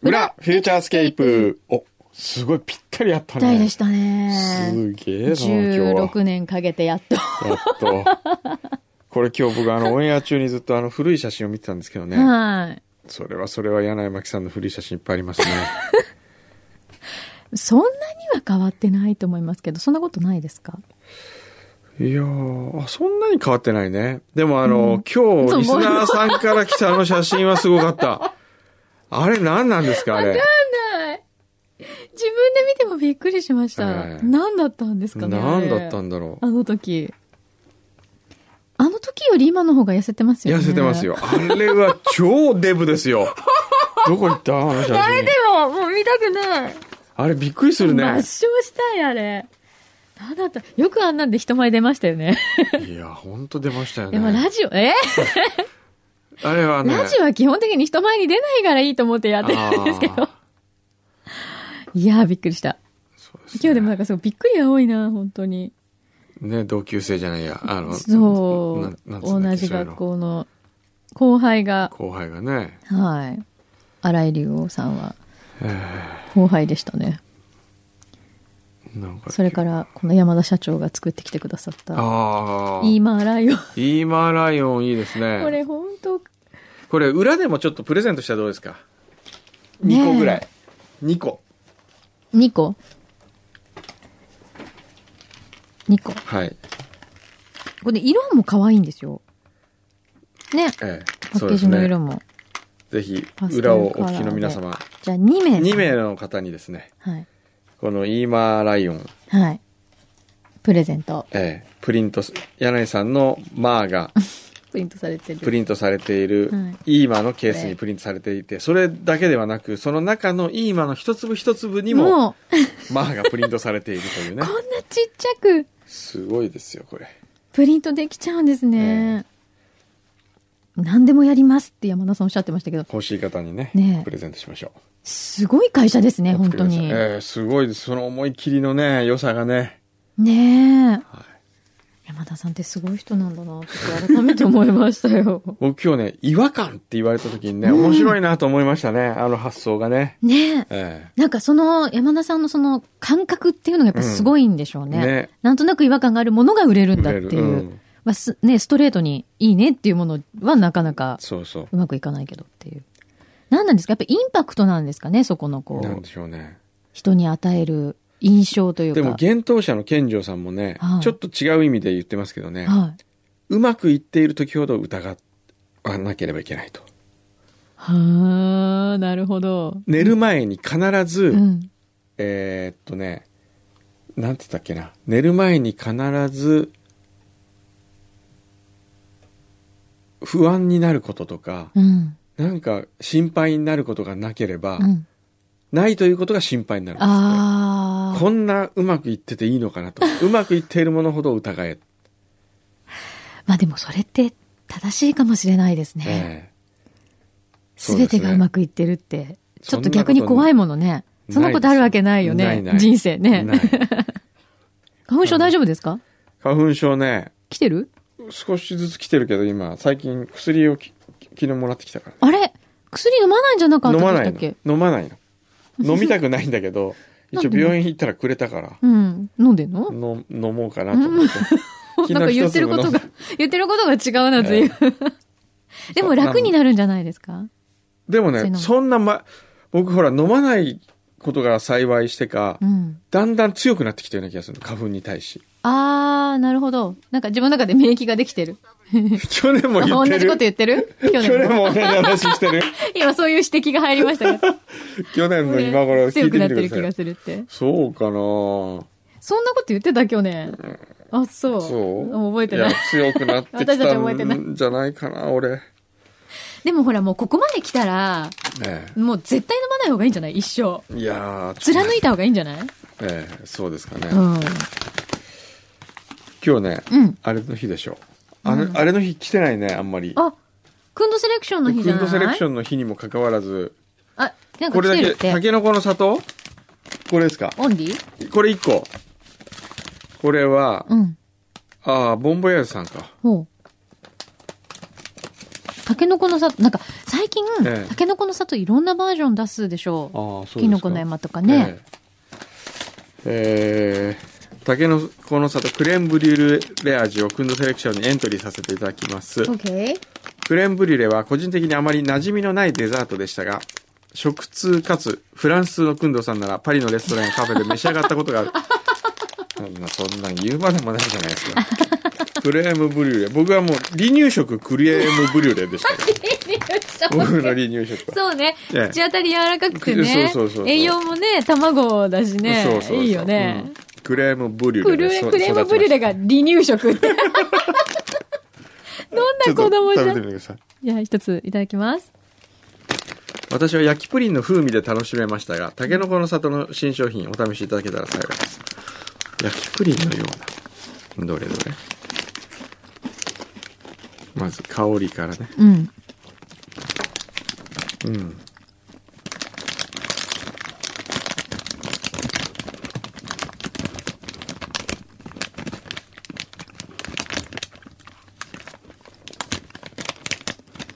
フューチャースケープ。お、すごいぴったりやったみたいでね。したね。すげえな、今日は。 16年かけてやっと。やっと。 これ今日僕あの、オンエア中にずっとあの、古い写真を見てたんですけどね。はい。それはそれは柳井真紀さんの古い写真いっぱいありますね。そんなには変わってないと思いますけど、そんなことないですか いやー、あそんなに変わってないね。でもあの、今そ日、うリスナーさんから来たあの写真はすごかった。あれ何なんですかあれ。ない。自分で見てもびっくりしました。ええ何だったんですかねあ何れだったんだろう。あの時。あの時より今の方が痩せてますよ痩ね。せてます。よ。あれは超デブです よ。どこ行ったあの写あれで真。も、もう見たくない。あれびっくりする抹ね消。したい、あれ。なんだったよくあんなんで人前出ましたよね。いや、ほんと出ましたよでもラね。ジオ、えあれはね。ラジオは基本的に人前に出ないからいいと思ってやってるんですけど。あいやー、びっくりした。ーそうですね今日でもなんかすごいびっくりが多いな、本当に。ね、同級生じゃないや。あの、なそう。なんつうんだっけ同じそういうの学校の後輩が、後輩がね。はい。荒井龍王さんはえ後輩でしたね。ーなんかそれから、この山田社長が作ってきてくださった、ああ。イーマーライオン。イーマーライオンいいですね。これ本当これ裏でもちょっとプレゼントしたらどうですかねえ2個ぐらい。2個。 2個 ?2 個。はい。これ色も可愛いんですよ。ね。ええ。パッケージのそうですね。色も。ぜひパ、ステル裏をお聞きの皆様、じゃあ2名。 2名の方にですね、はい。このイーマーライオン、はい。プレゼント。ええ、プリントす、柳井さんのマー がプリントされてる。プリントされているは、イーマーのケースにプリントされていて、それだけではなく、その中のイーマーの一粒一粒にも、もう、こんマーがプリントされていると いうねな。ちっちゃくすごいですよ、これ。プリントできちゃうんですね。何でもやりますって山田さんおっしゃってましたけど、欲しい方にね、ねえプレゼントしましょう。すごい会社ですね、本当に。ええすごいです。その思い切りのね、良さがね。ねえ。はい山田さんってすごい人なんだなって改めて思いましたよ。僕今日ね、違和感って言われた時にね、面白いなと思いましたね。あの発想がね。ねえ。えなんかその山田さんのその感覚っていうのがやっぱすごいんでしょうね。うんねなんとなく違和感があるものが売れるんだって売いれるうう。んまあすね、ストレートにいいねっていうものはなかなかえそうそうまくいかないけどっていう。何なんですかやっぱインパクトなんですかねそこのこ。なんうで、しょうね。人に与える印象というか。でも、幻冬者の健丈さんもね、はいちょっと違う意味で言ってますけどね、はい。うまくいっている時ほど疑わなければいけないと。はあ、なるほど。寝る前に必ず、うん。えーっとね、なんて言ったっけな。寝る前に必ず、不安になることとか、うん。なんか心配になることがなければ、うん。ないということが心配になるんですあって。あ。こんなうまくいってていいのかなと。うまくいっているものほど疑え。まあでもそれって正しいかもしれないです ね。えすべてがうまくいってるって。ちょっと逆にそんなこと怖いものね。そんなことあるわけないよね。ないない人生えね。ない花粉症大丈夫ですか花粉症ね、来てる少しずつ来てるけど今、最近薬をき昨日もらってきたから。あれ薬飲まないんじゃなかった飲までしなたいっけの飲まない の飲みたくないんだけどなん一応で病院行ったらくれたからうん。飲んでんのの飲もうかなと思って昨日 なんか言ってるこ一粒飲とがんだ、言ってることが 違うなという。 でも楽になるんじゃないですかでもそういうねのそんな、ま、僕ほら飲まないことが幸いしてか、うん。だんだん強くなってきたような気がするの花粉に対し あー、なるほど。なんか自分の中で免疫ができてる。去年も言同っじてこると言って る去去年年も。も同じ話して る今そういう指摘が入りましたけど。去年の 今頃聞強いてくみなてってるくだ気がさいするって。そうかなそんなこと言ってた去年。あ、そう。そうもう覚えてないいや。強くなってき私たち覚えてなたいんじゃないかな俺、ねでもほらもうここまで来たら、えもう絶対飲まない方がいいんじゃない一生。え、いやーちょっと貫いた方がいいんじゃないええそうですかね、うん。今日ね、うんあれの日でしょあれ,、あれの日来てないねあんまりあ、くんどセレクションの日じクンゃないドセレクションの日にもかかわらずあ、なんこかれ来てるだっけてた。けのこの里これですかオンリーこれ1個これは、うん。ああボンボヤーズさんかほう。タケノコの里、なんか、最近、ええタケノコの里いろんなバージョン出すでしょう。ああそうですかキノコの山とかね。えええー、たけのこの里クレーンブリュレレ味をくんどセレクションにエントリーさせていただきます。オッケー。クレーンブリュレは個人的にあまり馴染みのないデザートでしたが、食通かつフランスのくんどさんならパリのレストランやカフェで召し上がったことがある。そんな、そんなん言うまでもないじゃないですか。 クレームブリュレ。僕はもう離乳食クレームブリュレでしたよ。僕の離乳食は。そうね、ええ口当たり柔らかくてねそうそうそうそう栄養もね卵だしねそうそうそういいよね、うんクレームブリュレクルでーそクレームブリュレが離乳食 ってどんちょなっと子供じ食べゃんてみてください。じゃあ一ついただきます私は焼きプリンの風味で楽しめましたが、タケノコの里の新商品お試しいただけたら幸いです。焼きプリンのような。どれどれ。まず香りからね。うんうん。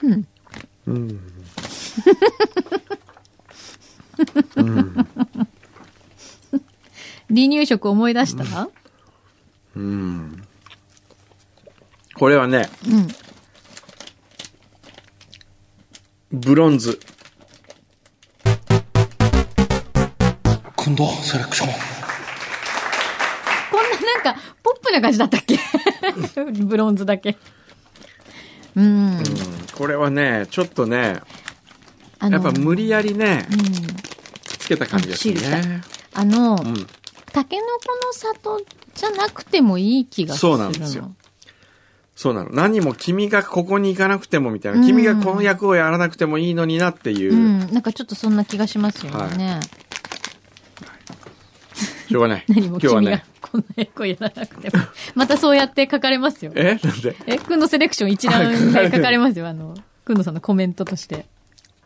うんうん。 離乳食思い出したうん。これはね、うん、ブロンズ。くんどセレクション。こんななんかポップな感じだったっけ ブロンズだけうんうん。これはね、ちょっとね、あのやっぱ無理やりねう、んつけた感じですシールね。あの、うん。タケノコの里じゃなくてもいい気がするのそうなんですよそうなの。何も君がここに行かなくてもみたいな、うん君がこの役をやらなくてもいいのになっていうう、ん、なんかちょっとそんな気がしますよね。しょうがない。 何今も日は君がね。こんな役をやらなくても。またそうやって書かれますよ。え なんでえ、くんのセレクション一覧で書かれますよ。あの、くんのさんのコメントとして。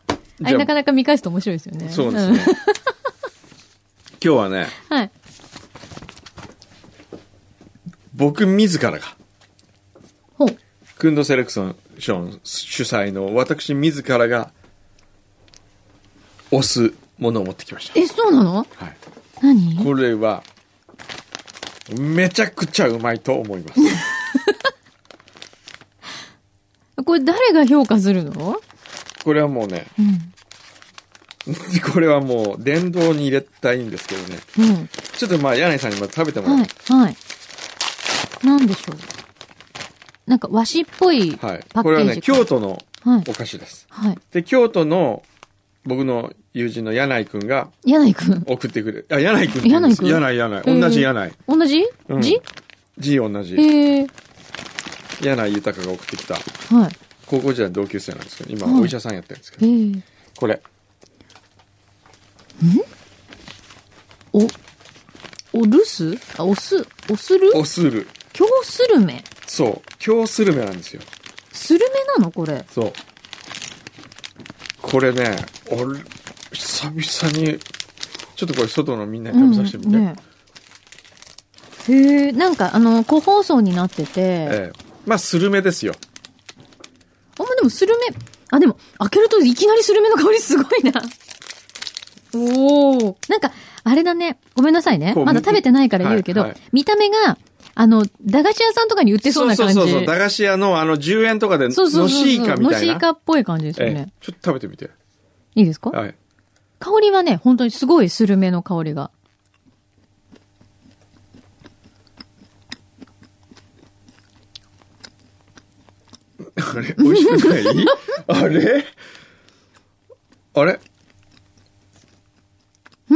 あじれゃあなかなか見返すと面白いですよね。そうですね。今日はね、うん。はい。僕自らが、ほう。クンドセレクション主催の私自らが、押すものを持ってきました。え、そうなのはい。何これは、めちゃくちゃうまいと思います。これ誰が評価するのこれはもうね、 うん。これはもう電動に入れたいんですけどね。うん。ちょっとまあ、柳井さんにも食べてもらう。はい。はい。なんでしょう。なんか和紙っぽいパッはいケージ。。これはね、京都のはいお。菓子です。はい。で、京都の、僕の友人の柳井くんが柳井くん。送ってくれ、あ、柳井くんって言うんです。柳柳井柳井。同じ柳井。同じうん字字同じ。へえ。柳井豊が送ってきた、はい。高校時代の同級生なんですけど、はい今、お医者さんやってるんですけえど、えこれ。お、おるすあ、おす、おするおする。京スルメそう。京スルメなんですよ。スルメなのこれ。そう。これね、俺、久々に、ちょっとこれ外のみんなに食べさせてみて。ねへえ、なんかあの、個包装になってて、ええまあ、スルメですよ。あんまでもスルメ、あ、でも開けるといきなりスルメの香りすごいな。おお。なんか、あれだね。ごめんなさいね。こうまだ食べてないから言うけど、はいはい見た目が、あの、駄菓子屋さんとかに売ってそうな感じ。そうそうそう。駄菓子屋のあの10円とかで、そうそうそうのしいかみのたしいいな。かっぽい感じですよええね。ちょっと食べてみて。いいですかはい。香りはね、本当にすごいスルメの香りが。あれ 美味しくないあれあれう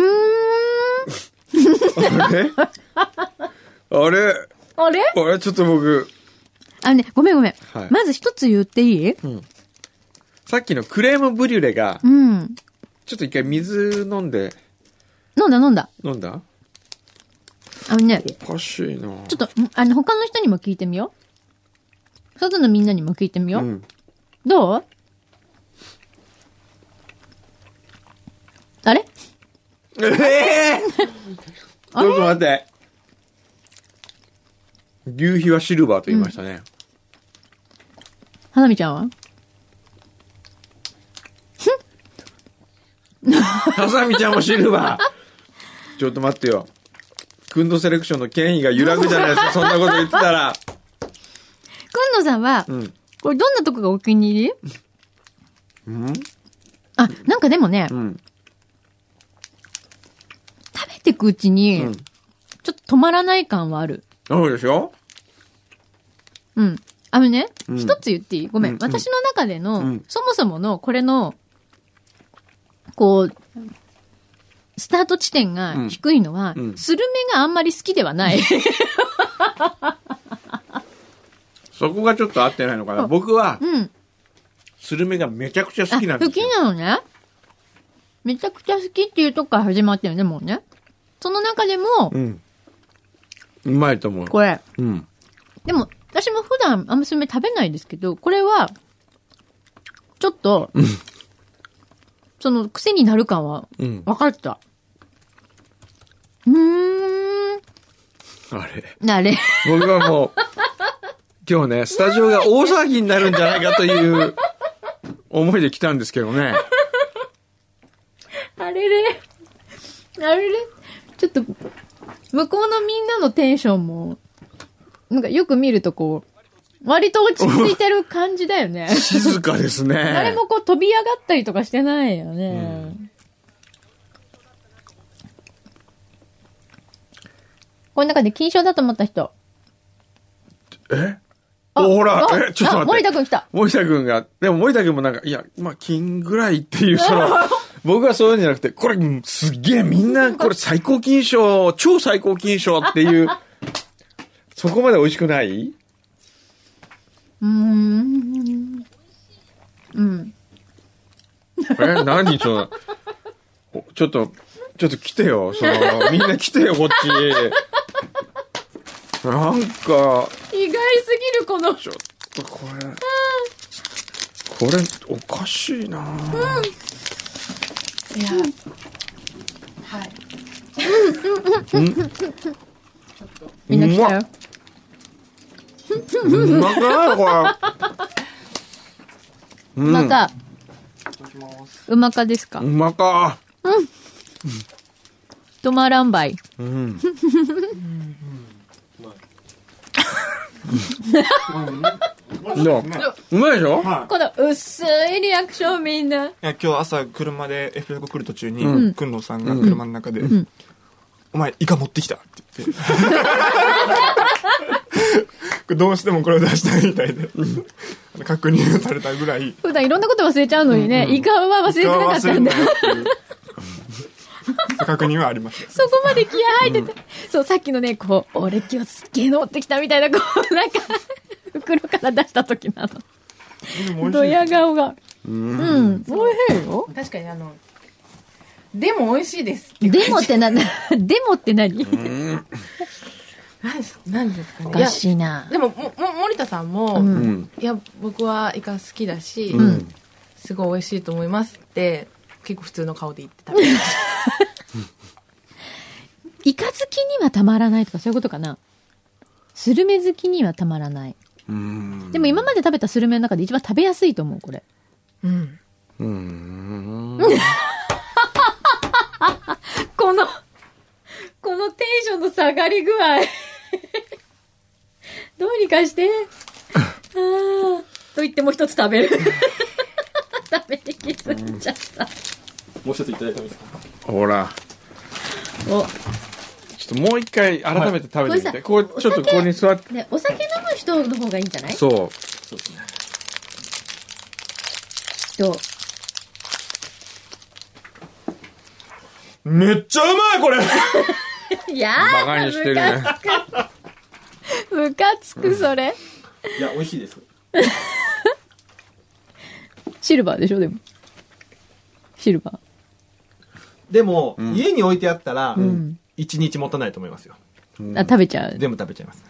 ーん。あれ あれあれあれちょっと僕、あのね、ごめんごめん。はいまず一つ言っていいさっきのクレームブリュレがう、ん。ちょっと一回水飲んで、飲んだ飲んだ。飲んだあのね、おかしいなちょっと、うんあの、他の人にも聞いてみよう。外のみんなにも聞いてみよう。うん。どうあれええあちょっと待って。牛皮はシルバーと言いましたね。花見ちゃんはハサミちゃんも死ぬわ。ちょっと待ってよ。くんどセレクションの権威が揺らぐじゃないです か、そんなこと言ってたら。くんのさんは、うん。これどんなとこがお気に入りうんあ、なんかでもね、うん。食べてくうちに、うんちょっと止まらない感はある。そうでしょうん。あのね、うん一つ言っていいごめん。うん私の中での、うんそもそもの、これの、こう、スタート地点が低いのは、うんうんスルメがあんまり好きで はない。そこがちょっと合ってないのかな。僕は、うん。スルメがめちゃくちゃ好きなんあで好すよき。なのね。めちゃくちゃ好きっていうとこから始まってるね、もうね。その中でも、うん。うまいと思う。これ。うん。でも、私も普段あんまスルメ食べないですけど、これは、ちょっと、その癖になる感はうん。分かった。うーん。あれ。あれ。僕はもう、今日ね、スタジオが大騒ぎになるんじゃないかという思いで来たんですけどね。あれれ。あれれ。ちょっと、向こうのみんなのテンションも、なんかよく見るとこう、割と落ち着いてる感じだよね。静かですね。誰もこう飛び上がったりとかしてないよね。この中で金賞だと思った人。えあおほらあえちょっと待ってあ森田くん来た。森田君が、でも森田君もなんか、いや、まあ、金ぐらいっていう、そ の、僕はそういうんじゃなくて、これ、うんすっげえ、みんな、これ最高金賞、超最高金賞っていう、そこまで美味しくないうーん。うん。え何ちょっと、おちょっと、ちょっと来てよ、その、みんな来てよ、こっち。なんか、意外すぎる、この。ちょっとこれ、これ、おかしいなぁいや、はい。みんな来たうよま。うまくないこれ。ううまんか、いただきます。うまかですかう。まか。止まらんばい。うん。どううまいでしょはい。この薄いリアクションみんな。いや、今日朝車で F 横来る途中に、うくんのさんが車の中で、お前、イカ持ってきたって言って。 どうしてもこれを出したいみたいで、あの確認されたぐらい、イ普段いろんなこと忘れちゃうのにね、イカは忘れてなカかはっ忘たれんんなだ。よっていう確認はありました。そこまで気合入ってて、そう、さっきのね、こう、俺今日すっげえ乗ってきたみたいな、こう、なんか、 袋から出した時なの。ドヤ顔が。うん、美味しいよ。確かにあの、でも美味しいです。でもってな、 でもって何何です何ですかねおいやか、しいな。でも、も、も森田さんも、うんうん。いや、僕はイカ好きだし、うん。すごい美味しいと思いますって、結構普通の顔で言って食べてましイカ好きにはたまらないとかそういうことかな。スルメ好きにはたまらない。うん。でも今まで食べたスルメの中で一番食べやすいと思う、これ。た。うん。うん。この、このテンションの下がり具 合。どうにか して。ああ。と言ってもう一つ食べ る。食べてきすぎちゃった。もう一ついただいてもいいですかほら。お、ちょっともう一回改めて食べてみて。はいこう、ちょっとここに座って。ね、お酒飲む人の方がいいんじゃないそう。そうですね。どうめっちゃうまいこれいやバー、カにしてるね。むかつく、それ。いや、美味しいです。シルバーでしょ、でも。シルバー。でも、家に置いてあったら、ん一日持たないと思いますよ。あ、食べちゃう。全部食べちゃいます。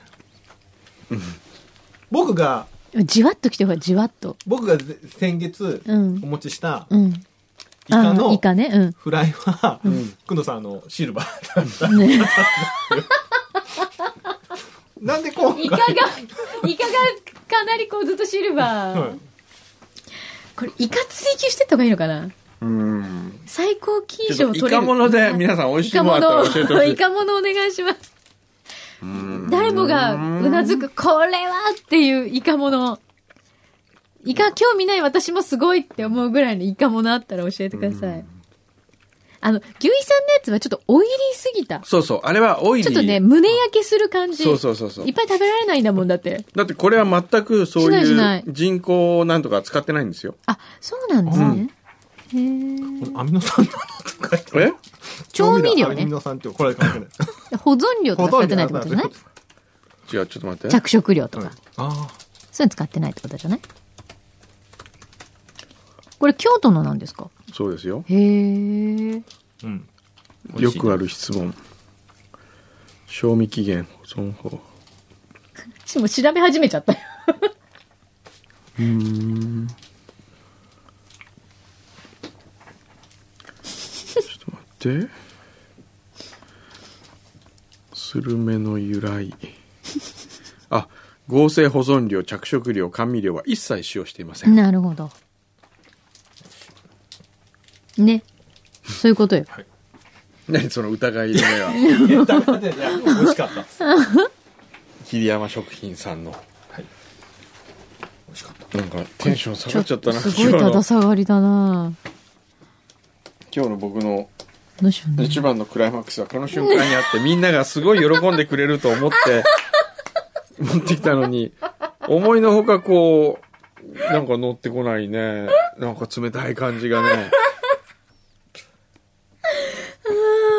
僕が、じわっときてほら、じわっと。僕がぜ先月、うんお持ちしたうん。イカあーのイカね、うん。フライは、くんどさん、あの、シルバ ー。 ねなんで今イ回カが、イカがかなりこうずっとシルバー。はいこれ、イカ追求してった方がいいのかなうん。最最高金ち賞ょっをと取れイる。カ物で皆さん美味イしいカものあった物らを教えてほしいイ。カ物お願いします。誰もがうなずく、これはっていうイカ物。イカ興味ない私もすごいって思うぐらいのイカ物あったら教えてください。あの、牛井さんのやつはちょっとオイリーすぎた。そうそう、あれはオイリー。ちょっとね、胸焼けする感じ。そうそうそうそういっぱい食べられないんだもんだって。だってこれは全くそうしないいう人工なんとか使ってないんですよ。あ、そうなんですね。へアミノ酸なのとか言ってええ。調味料アねミ。ノ酸ってこれ関係ない。保存料とか使ってないってことじゃない違う、ちょっと待って。着色料とか。あそういうの使ってないってことじゃないこれ京都のなんですかそうですよ。へえ。あ、うん。よくある質問。賞味期限保存法。もう調べ始めちゃったよ。ちょっと待って。スルメの由来。あ、合成保存料、着色料、甘味料は一切使用していません。なるほど。ね。そういうこと よ。 何その疑いの目は。言ったことで、美味しかったっす。桐山食品さんの。美味しかった。なんかテンション下がっちゃったな。すごい今日ただの下がりだな今日の僕のどうしようね。一番のクライマックスはこの瞬間にあってみんながすごい喜んでくれると思 って持ってきたのに思いのほかこうなんか乗ってこないねなんか冷たい感じが ね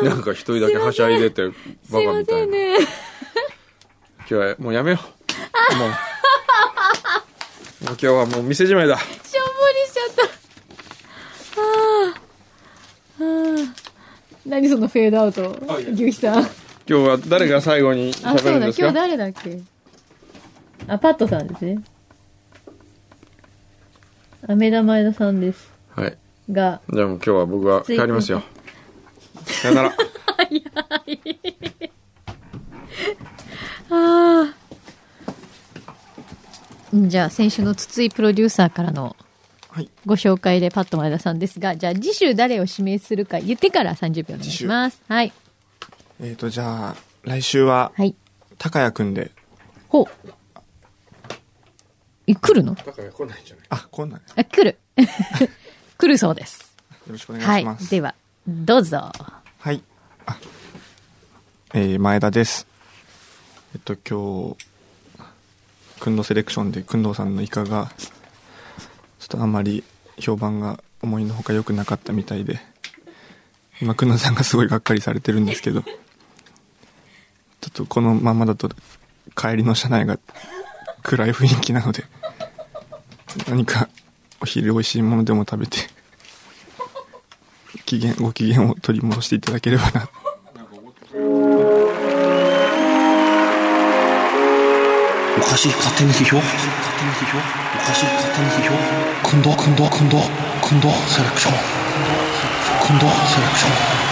なんか一人だけはしゃいでてバすいカまみたせいんなね。今日はもうやめようもうもう今日はもう店じまいだしょんぼりしちゃった。ああ。ああ。何そのフェードアウト。牛肥さん。今日は誰が最後にあ、喋そるうんだ。で今す日か誰だっけあ、パットさんですね。あ、目玉枝さんです。はいが、じゃあもう今日は僕は帰りますよ。さよなら。ああ。じゃあ、先週の筒井プロデューサーからのはいご紹介でパット前田さんですが、じゃあ次週誰を指名するか言ってから30秒お願いします。はい。えっ、と、じゃあ、来週は、はい。高谷くんで、ほう。え来るのだから来ないんじゃないあ、こんなんねあ、 来る。来るそうです。よろしくお願いはしいま。す。では、どうぞ。はい。あえー前田です。えっと、今日、くんどセレクションで、くんどさんのイカが、ちょっとあんまり評判が思いのほか良くなかったみたいで、今、くんどさんがすごいがっかりされてるんですけど、ちょっとこのままだと、帰りの車内が暗い雰囲気なので、何かお昼美味しいものでも食べて、機嫌、ご機嫌を取り戻していただければな。おかしい勝手に批評おかしい勝手に批評くんどくんどくんどくんどセレクションくんどセレクション